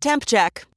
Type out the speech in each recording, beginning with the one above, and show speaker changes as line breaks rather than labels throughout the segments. Temp check.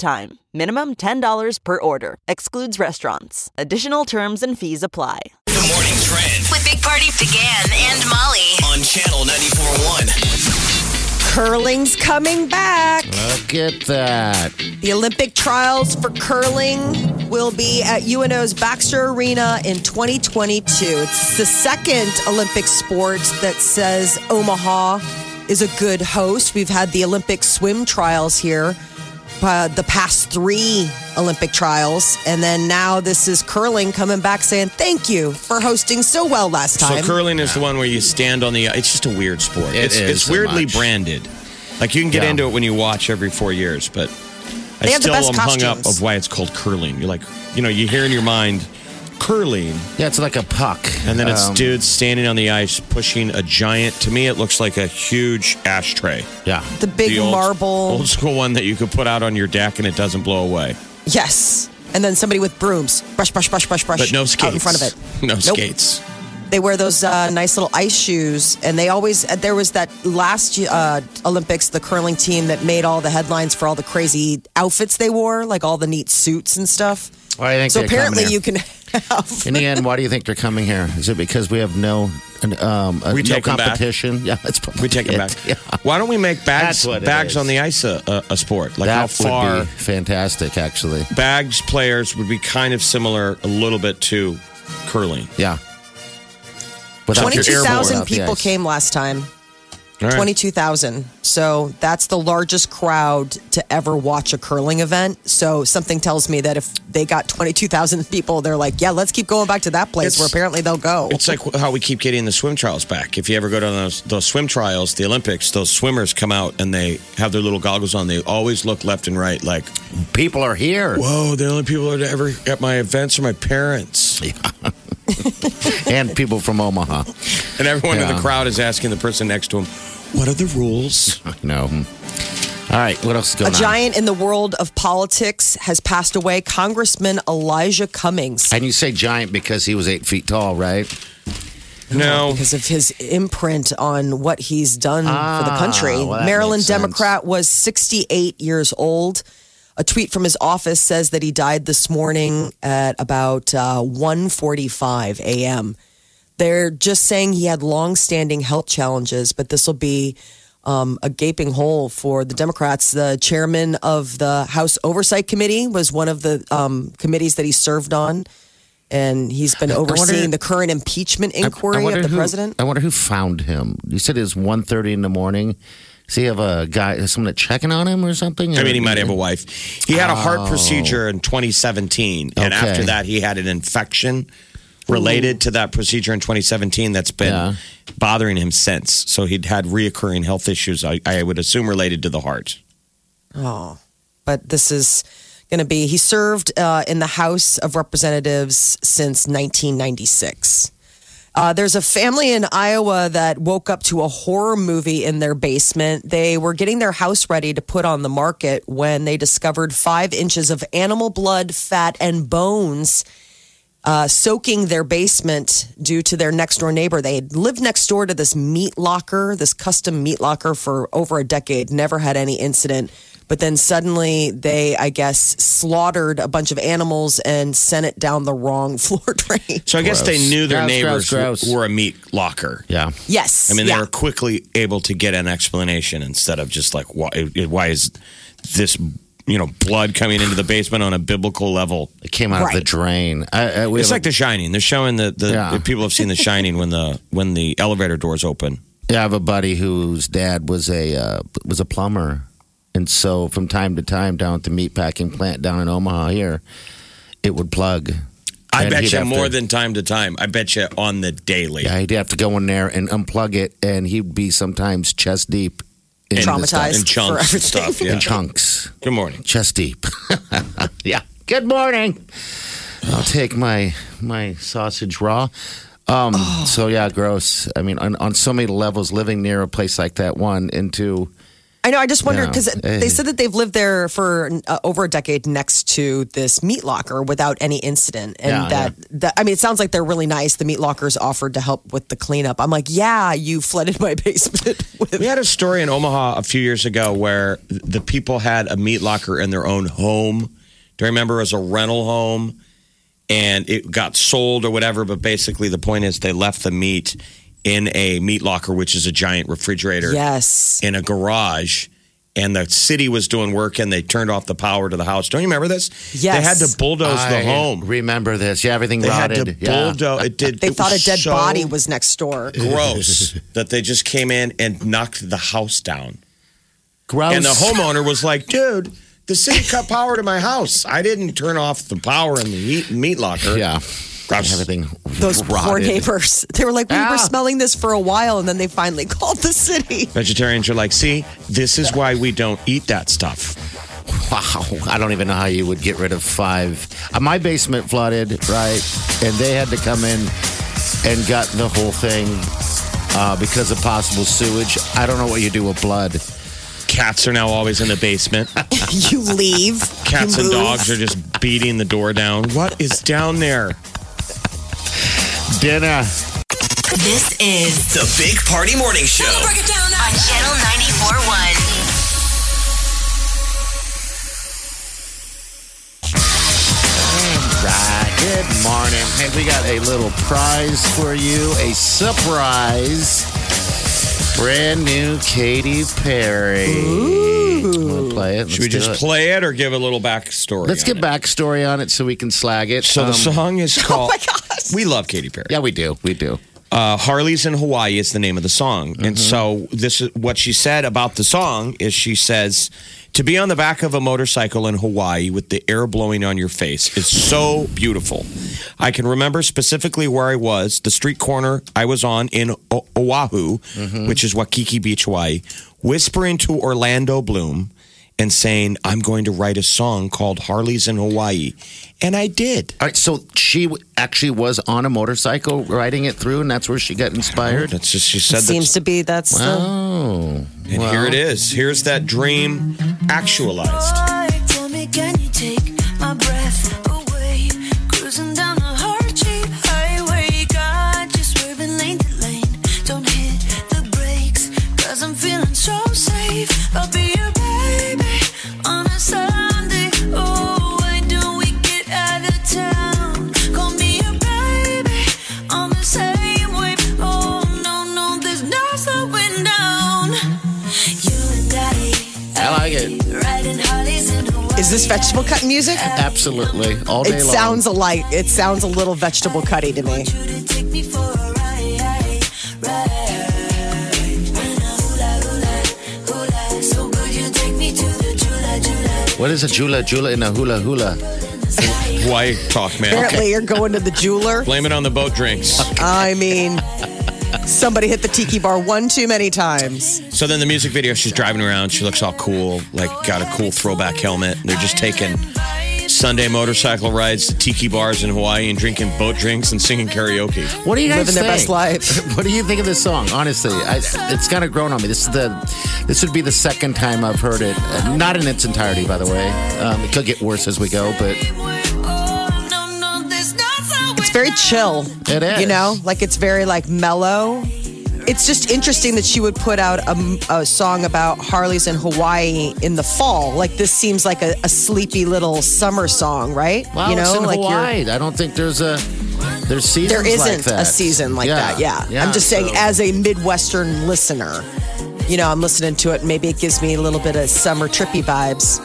time. Minimum $10 per order. Excludes restaurants. Additional terms and fees apply.
The morning trend
With Big Party began and Molly.
on channel 94.1.
Curling's coming back.
Look at that.
The Olympic trials for curling will be at UNO's Baxter Arena in 2022. It's the second Olympic sport that says Omaha is a good host. We've had the Olympic swim trials here, uh, the past three Olympic trials. And then now this is curling coming back saying, thank you for hosting so well last
So
time.
curling is the one where you stand on the. It's just a weird sport.
It
it's,
is
it's
so
weirdly
much.
branded. Like you can get
Yeah.
into it when you watch every four years, but I
They have the
still
best
am hung up
costumes.
of why it's called curling. You're like, you know, you hear in your mind curling,
Yeah, it's like a puck.
and then it's
Um,
dudes standing on the ice pushing a giant. To me, it looks like a huge ashtray.
Yeah.
the big
The old-
marble.
old school one that you could put out on your deck and it doesn't blow away.
Yes. And then somebody with brooms, brush, brush, brush, brush, brush,
But no skates
out in front of it.
No
Nope.
skates.
They wear those uh, nice little ice shoes, and they always. uh, There was that last uh, Olympics, the curling team that made all the headlines for all the crazy outfits they wore, like all the neat suits and stuff.
Well, I think
so
they're coming
apparently,
here.
you can have
In the end, why do you think they're coming here? Is it because we have no um, uh,
We
no
take 'em back.
competition? Yeah, it's probably
We take them
it.
back.
Yeah.
Why don't we make bags
That's what it
bags
is.
on the ice a, a, a sport? Like how
That
far?
would be fantastic, actually.
bags players would be kind of similar a little bit to curling.
Yeah. Without your
twenty-two
airborne
thousand
off the
people
ice.
came last time.
All right.
22,000. So that's the largest crowd to ever watch a curling event. So something tells me that if they got 22,000 people, they're like, yeah, let's keep going back to that place
It's-
where apparently they'll go.
It's like how we keep getting the swim trials back. If you ever go to those, those swim trials, the Olympics, those swimmers come out and they have their little goggles on. They always look left and right like,
People are here.
whoa, the only people that ever at my events are my parents.
and people from Omaha.
And everyone in
Yeah.
the crowd is asking the person next to them, what are the rules?
No. Hmm. All right, what else is
A
going on?
giant in the world of politics has passed away, Congressman Elijah Cummings.
And you say giant because he was eight feet tall, right?
no.
because of his imprint on what he's done for the country.
Ah, well, that
Maryland
makes sense.
Democrat was 68 years old. A tweet from his office says that he died this morning at about uh, 1:45 a.m. They're just saying he had long-standing health challenges, but this will be um, a gaping hole for the Democrats. The chairman of the House Oversight Committee was one of the um, committees that he served on, and he's been
wonder-
overseeing the current impeachment
I- I
inquiry
wonder
of the
who-
president.
I wonder who found him. You said it was 1.30 in the morning. Does he have a guy, is someone checking on him or something?
I mean, he might have a wife. He had a heart procedure in 2017, and
Oh. Okay.
after that, he had an infection related to that procedure in 2017 that's been
Yeah.
bothering him since. So he'd had reoccurring health issues, I, I would assume, related to the heart.
Oh, but this is going to be. He served uh, in the House of Representatives since 1996. Uh, there's a family in Iowa that woke up to a horror movie in their basement. They were getting their house ready to put on the market when they discovered five inches of animal blood, fat, and bones uh, soaking their basement due to their next door neighbor. They had lived next door to this meat locker, this custom meat locker for over a decade, never had any incident. But then suddenly they, I guess, slaughtered a bunch of animals and sent it down the wrong floor drain.
So I guess they
Gross.
knew their
Gross,
neighbors
gross, gross.
w- were a meat locker.
Yeah.
Yes.
I mean, they
yeah.
were quickly able to get an explanation instead of just like, why, why is this, you know, blood coming into the basement on a biblical level?
It came out of the
Right.
drain. I, I, we
It's
have a-
like The Shining. They're showing the, the
Yeah.
people have seen The Shining when the when the elevator doors open.
Yeah, I have a buddy whose dad was a uh, was a plumber, and so from time to time down at the meatpacking plant down in Omaha here, it would plug.
I
And
bet
he'd
you
have
more
to-
than time to time. I bet you on the daily.
Yeah, he'd have to go in there and unplug it, and he'd be sometimes chest deep And
traumatized
and
for
chunks and
everything.
stuff. Yeah.
in chunks,
Good morning.
chest deep. yeah. Good morning. I'll take my my sausage raw. Um,
Oh.
So yeah, gross. I mean, on, on so many levels, living near a place like that, one and two.
I know. I just wondered
Yeah.
because
Eh.
they said that they've lived there for uh, over a decade next to this meat locker without any incident, and
Yeah,
that, that I mean, it sounds like they're really nice. The meat lockers offered to help with the cleanup. I'm like, yeah, you flooded my basement with
We had a story in Omaha a few years ago where the people had a meat locker in their own home. Do I remember it was a rental home and it got sold or whatever? But basically, the point is they left the meat in a meat locker, which is a giant refrigerator
yes.
in a garage. And the city was doing work and they turned off the power to the house. Don't you remember this? They
Yes.
had to bulldoze
I
the home.
Remember this? Yeah, everything
They had
rotted.
to
yeah.
bulldoze. It did.
They
it
thought a
was
dead
so
body was next door.
gross that they just came in and knocked the house down.
Oh,
Gross.
And the homeowner was like, dude, the city cut power to my house. I didn't turn off the power in the meat, meat locker.
Yeah.
Gross.
Everything.
Those poor
rotted.
neighbors. They were like, we
Ah.
were smelling this for a while, and then they finally called the city.
Vegetarians are like, see, this is why we don't eat that stuff.
Wow. I don't even know how you would get rid of five. Uh, My basement flooded, right? And they had to come in and gut the whole thing uh, because of possible sewage. I don't know what you do with blood.
Cats are now always in the basement.
you leave.
Cats
you
and
move.
dogs are just beating the door down. What is down there?
Dinner.
This is
The Big Party Morning Show.
on Channel 94.1.
Right. Ah, Good morning. Hey, we got a little prize for you. A surprise. Brand new Katy Perry. Wanna Play it.
Should we
Let's do
just
it.
play it or give a little backstory?
Let's
on
get
it?
backstory on it so we can slag it.
So the
Um,
song is
Oh
called.
my gosh.
We love Katy Perry.
Yeah, we do. We do.
uh, Harley's in Hawaii is the name of the song. And so this is what she said about the song is she says to be on the back of a motorcycle in Hawaii with the air blowing on your face is so beautiful. I can remember specifically where I was, the street corner I was on in o- Oahu, which is Waikiki Beach, Hawaii, whispering to Orlando Bloom and saying, "I'm going to write a song called Harley's in Hawaii." And I did.
All right, so she w- actually was on a motorcycle riding it through, and that's where she got inspired.
That's just she said that.
Seems to be that's the.
Oh,
And here it is. Here's that dream actualized.
Tell me, can you take my breath away? Cruising down the Harchi highway, God, just swerving lane to lane. Don't hit the brakes, cause I'm feeling so safe. I'll be your baby on a Sunday. Oh, why don't we get out of town? Call me your baby on the same wave. Oh, no, no, there's no slowing down. You and I.
I like it.
Riding Harleys in Hawaii.
Is this vegetable cut music?
absolutely, all day
It
long.
sounds alike. It sounds a little vegetable cutty to me.
You to take me for a ride, ride. When I hula, hula, hula. So good you take me to the Jula, Jula.
What is a jula jula in a hula hula?
Why talk, man?
Apparently, you're going to the jeweler.
Blame it on the boat drinks.
I mean, somebody hit the tiki bar one too many times.
So then the music video, she's driving around. She looks all cool, like got a cool throwback helmet. They're just taking Sunday motorcycle rides to tiki bars in Hawaii and drinking boat drinks and singing karaoke.
What do you guys
Living
think?
their best life.
What do you think of this song? Honestly, I, it's kind of grown on me. This is the this would be the second time I've heard it, uh, not in its entirety, by the way. Um, it could get worse as we go, but
Oh, no, no, there's nothing.
It's very chill.
It is.
You know, like it's very like mellow. It's just interesting that she would put out a, a song about Harley's in Hawaii in the fall. Like this seems like a, a sleepy little summer song, right?
wow,
you know,
it's in
like you're-
Hawaii. I don't think there's a there's seasons
there
like
isn't
that.
a season like that. Yeah. I'm just saying,
so-
as a Midwestern listener, you know, I'm listening to it. Maybe it gives me a little bit of summer trippy vibes.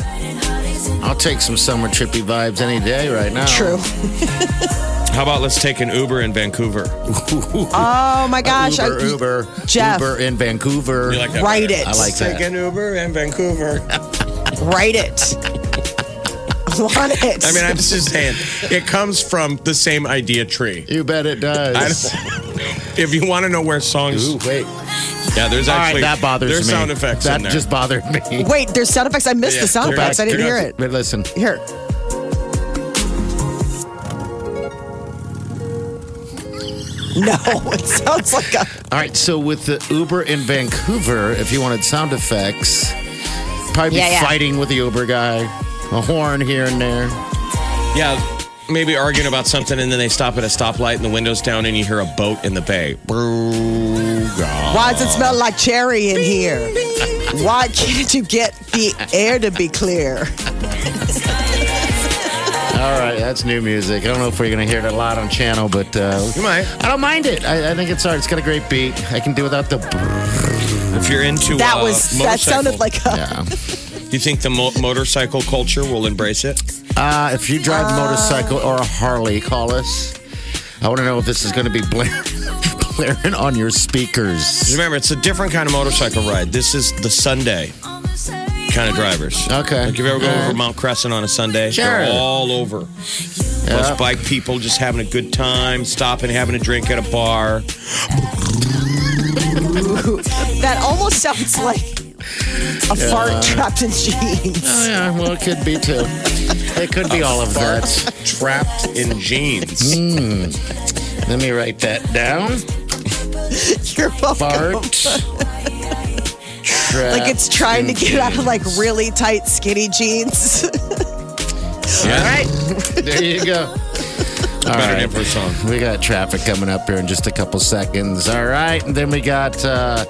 I'll take some summer trippy vibes any day right now.
True.
How about let's take an Uber in Vancouver?
Oh my gosh.
Uber,
I,
Uber,
Jeff.
Uber in Vancouver.
You like that?
Write
better?
it.
I like
Take
that.
an Uber in Vancouver.
Write it. I want it.
I mean, I'm just saying, it comes from the same idea tree.
You bet it does.
If you want to know where songs
Ooh, wait.
Yeah, there's
All right,
actually
that bothers
there's
me.
sound effects
That
in there.
just bothered me.
Wait, there's sound effects. I missed
Yeah,
the sound
they're
effects. I
not-
didn't
they're
hear
not-
it.
But listen,
Here. No, it sounds like a.
All right, so with the Uber in Vancouver, if you wanted sound effects, probably
Yeah, yeah.
fighting with the Uber guy, a horn here and there.
yeah, maybe arguing about something, and then they stop at a stoplight, and the windows down, and you hear a boat in the bay. Brrrr, gah.
Why does it smell like cherry in here? Why can't you get the air to be clear?
All right, that's new music. I don't know if we're going to hear it a lot on channel, but uh,
You might.
I don't mind it. I, I think it's all right. It's got a great beat. I can do without the.
If you're into
That
uh,
was that
motorcycle,
sounded like a.
Yeah.
Do you think the mo- motorcycle culture will embrace it?
Uh, if you drive a motorcycle or a Harley, call us. I want to know if this is going to be blaring, blaring on your speakers.
Remember, it's a different kind of motorcycle ride. This is the Sunday kind of drivers.
Okay.
Like if you ever go
All
over
right.
Mount Crescent on a Sunday,
Sure.
they're all over. Those bike people just having a good time, stopping, having a drink at a bar.
That almost sounds like a fart trapped in jeans.
Oh, yeah. Well, it could be too. It could be all of that.
Trapped in jeans.
Mm. Let me write that down.
You're welcome.
Fart. Trap.
Like it's trying to get out of like really tight skinny jeans.
Yeah.
There you go. All
Better
right.
name for a song.
We got traffic coming up here in just a couple seconds. All right. And then we got, uh,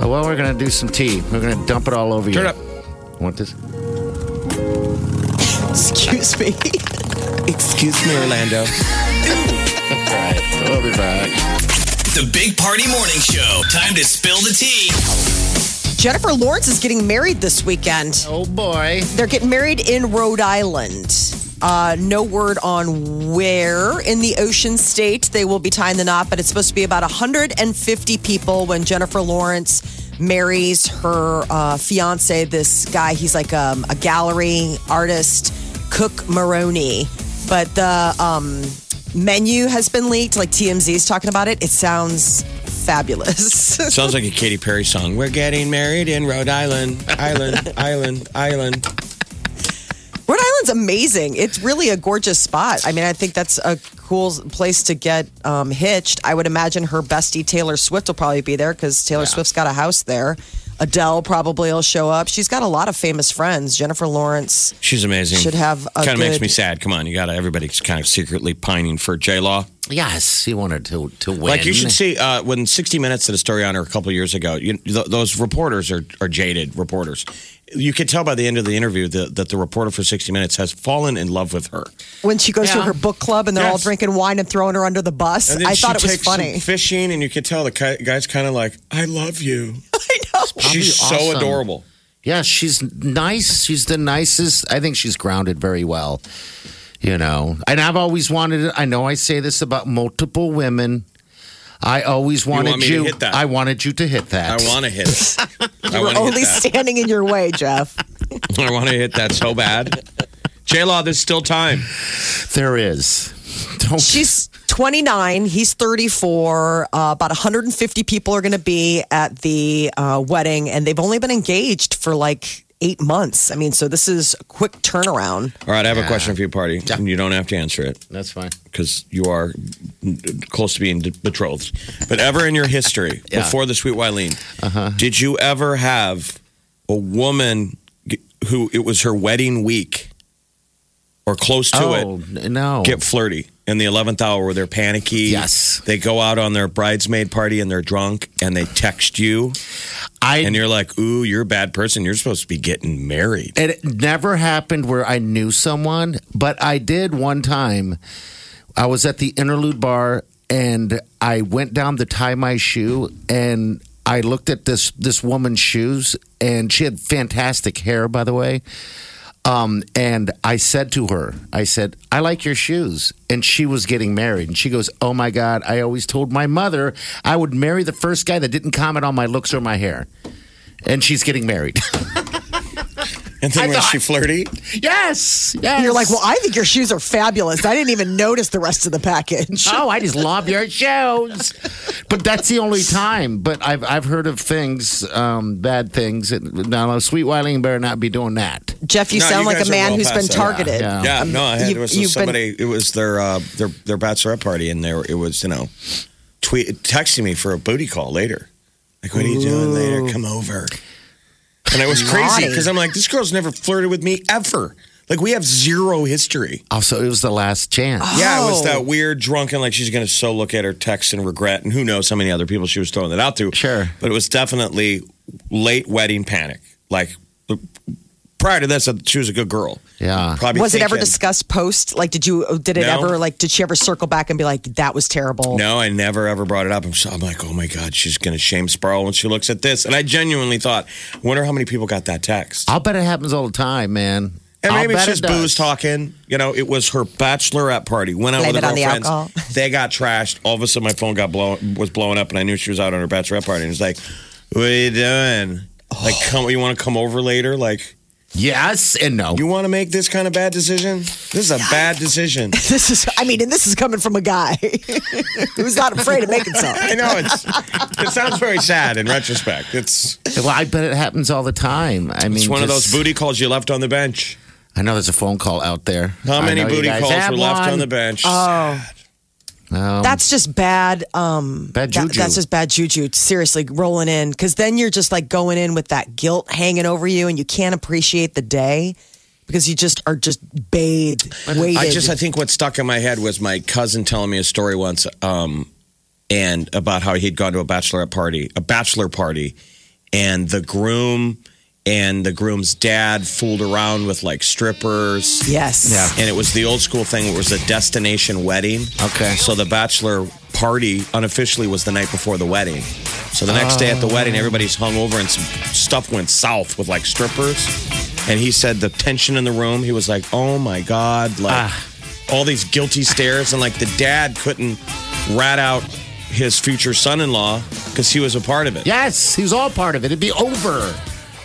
well, we're going to do some tea. We're going to dump it all over
Turn
you.
it up.
Want this?
Excuse me.
Excuse me, Orlando.
All right. We'll be back.
The Big Party Morning Show. Time to spill the tea.
Jennifer Lawrence is getting married this weekend.
Oh, boy.
They're getting married in Rhode Island. Uh, no word on where in the ocean state they will be tying the knot, but it's supposed to be about 150 people when Jennifer Lawrence marries her uh, fiance, this guy. He's like um, a gallery artist, Cook Maroney. But the um, menu has been leaked, like TMZ's talking about it. It sounds fabulous.
Sounds like a Katy Perry song. We're getting married in Rhode Island, Island, Island, Island.
Rhode Island's amazing. It's really a gorgeous spot. I mean, I think that's a cool place to get um, hitched. I would imagine her bestie Taylor Swift will probably be there because Taylor Swift's got a house there. Adele probably will show up. She's got a lot of famous friends. Jennifer Lawrence.
She's amazing.
Should have a
kind of makes
good-
me sad. Come on, you got to everybody's kind of secretly pining for J Law.
Yes. He wanted to, to win.
Like you should see uh, when 60 Minutes did a story on her a couple years ago. You, th- those reporters are, are jaded reporters. You could tell by the end of the interview that, that the reporter for 60 Minutes has fallen in love with her.
When she goes to
Yeah.
her book club and they're all
Yes.
drinking wine and throwing her under the bus,
And then
I
she
thought it was
takes some
funny.
Fishing, and you could tell the ki- guy's kind of like, "I love you."
I know.
She's so
awesome.
adorable.
Yeah, she's nice. She's the nicest. I think she's grounded very well. You know, and I've always wanted it. I know I say this about multiple women. I always wanted
want me to hit that.
I wanted you to hit
I
that.
want to hit. it. I
We're
want to
only
hit that.
standing in your way, Jeff.
I want to hit that so bad. J Law, there's still time.
there is. Don't
She's 29. He's 34. Uh, about 150 people are going to be at the uh, wedding, and they've only been engaged for like eight months. I mean, so this is a quick turnaround.
All right, I have a question for you, party, and you don't have to answer it.
That's fine.
because you are close to being betrothed. But ever in your history, before the sweet Wileen,
Uh-huh.
did you ever have a woman g- who it was her wedding week or close to
oh,
it
n- no.
get flirty in the eleventh hour where they're panicky?
Yes.
they go out on their bridesmaid party and they're drunk and they text you
I
and you're like, "Ooh, you're a bad person. You're supposed to be getting married."
it never happened where I knew someone, but I did one time. I was at the interlude bar and I went down to tie my shoe and I looked at this this woman's shoes and she had fantastic hair by the way. Um, and I said to her, I said, I like your shoes. And she was getting married. And she goes, Oh my God, I always told my mother I would marry the first guy that didn't comment on my looks or my hair. And she's getting married.
And
I
then was
thought-
she flirty?
Yes, yes.
You're like, well, I think your shoes are fabulous. I didn't even notice the rest of the package.
Oh, I just love your shoes. But that's the only time. But I've I've heard of things, um, bad things. Now, Sweet Wiling better not be doing that.
Jeff, you
No,
sound
you
like
guys
a
are
man
well
who's been
past that.
targeted.
Yeah.
Yeah, no, I had,
you-
there was
you've been-
somebody. It was their uh, their their bachelorette party, and there it was you know, tweet texting me for a booty call later. Like, what are you doing later? Come over. And I was crazy because I'm like, this girl's never flirted with me ever. Like, we have zero history.
Also, it was the last chance.
Yeah, it was
Oh.
that weird drunken, like she's gonna so look at her text and regret, and who knows how many other people she was throwing that out to.
Sure.
but it was definitely late wedding panic. Like uh, prior to this, uh, she was a good girl.
Yeah.
Probably
Was it ever
thinking-
discussed post? Like, did you, uh, did it
No.
ever, like, did she ever circle back and be like, that was terrible?
No, I never ever brought it up. I'm, so, I'm like, oh my god, she's gonna shame Sparrow when she looks at this. And I genuinely thought, wonder how many people got that text.
I'll bet it happens all the time, man.
And
I'll
maybe it's
bet it
just
does.
booze talking. You know, it was her bachelorette party. Went out
Blame
with
it
her
on the
girlfriends.
alcohol.
They got trashed. All of a sudden, my phone got blown was blowing up, and I knew she was out on her bachelorette party. And it's like, what are you doing? Like,
Oh.
come, you want to come over later? Like,
Yes and no.
you want to make this kind of bad decision? This is a bad decision.
This is, I mean, and this is coming from a guy who's not afraid of making some.
I know it's. It sounds very sad in retrospect. It's
well, I bet it happens all the time. I mean,
it's one of those
just-
booty calls you left on the bench.
I know there's a phone call out there.
How
I
many
know you
booty
guys
calls
have
were left
one. Oh,
on the bench?
Um,
Oh, That's just bad. Um,
Bad
that-
juju.
that's just bad juju. Seriously, rolling in because then you're just like going in with that guilt hanging over you, and you can't appreciate the day because you just are just bathed, weighted.
I just, I think what stuck in my head was my cousin telling me a story once, um, and about how he'd gone to a bachelorette party, a bachelor party, and the groom and the groom's dad fooled around with like strippers.
yes.
And it was the old school thing. It was a destination wedding.
Okay.
So the bachelor party unofficially was the night before the wedding. So the next day at the wedding, everybody's hung over and some stuff went south with like strippers. And he said the tension in the room, he was like, oh my God, like all these guilty stares. And like the dad couldn't rat out his future son in law because he was a part of it.
yes, he was all part of it. It'd be over.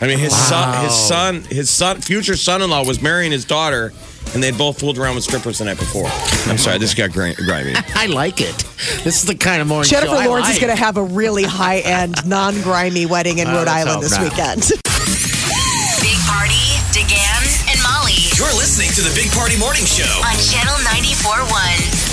I mean, his son, his son, his son, future son-in-law was marrying his daughter, and they both fooled around with strippers the night before. I'm sorry, this got gri- grimy.
I like it. This is the kind of morning
Jennifer
show I
Lawrence is
like.
going to
Have a really high end, non grimy wedding in Rhode
let's
Island
hope
this
not.
weekend.
Big Party, DeGan, and Molly
You're listening to the Big Party Morning Show.
on Channel 94.1.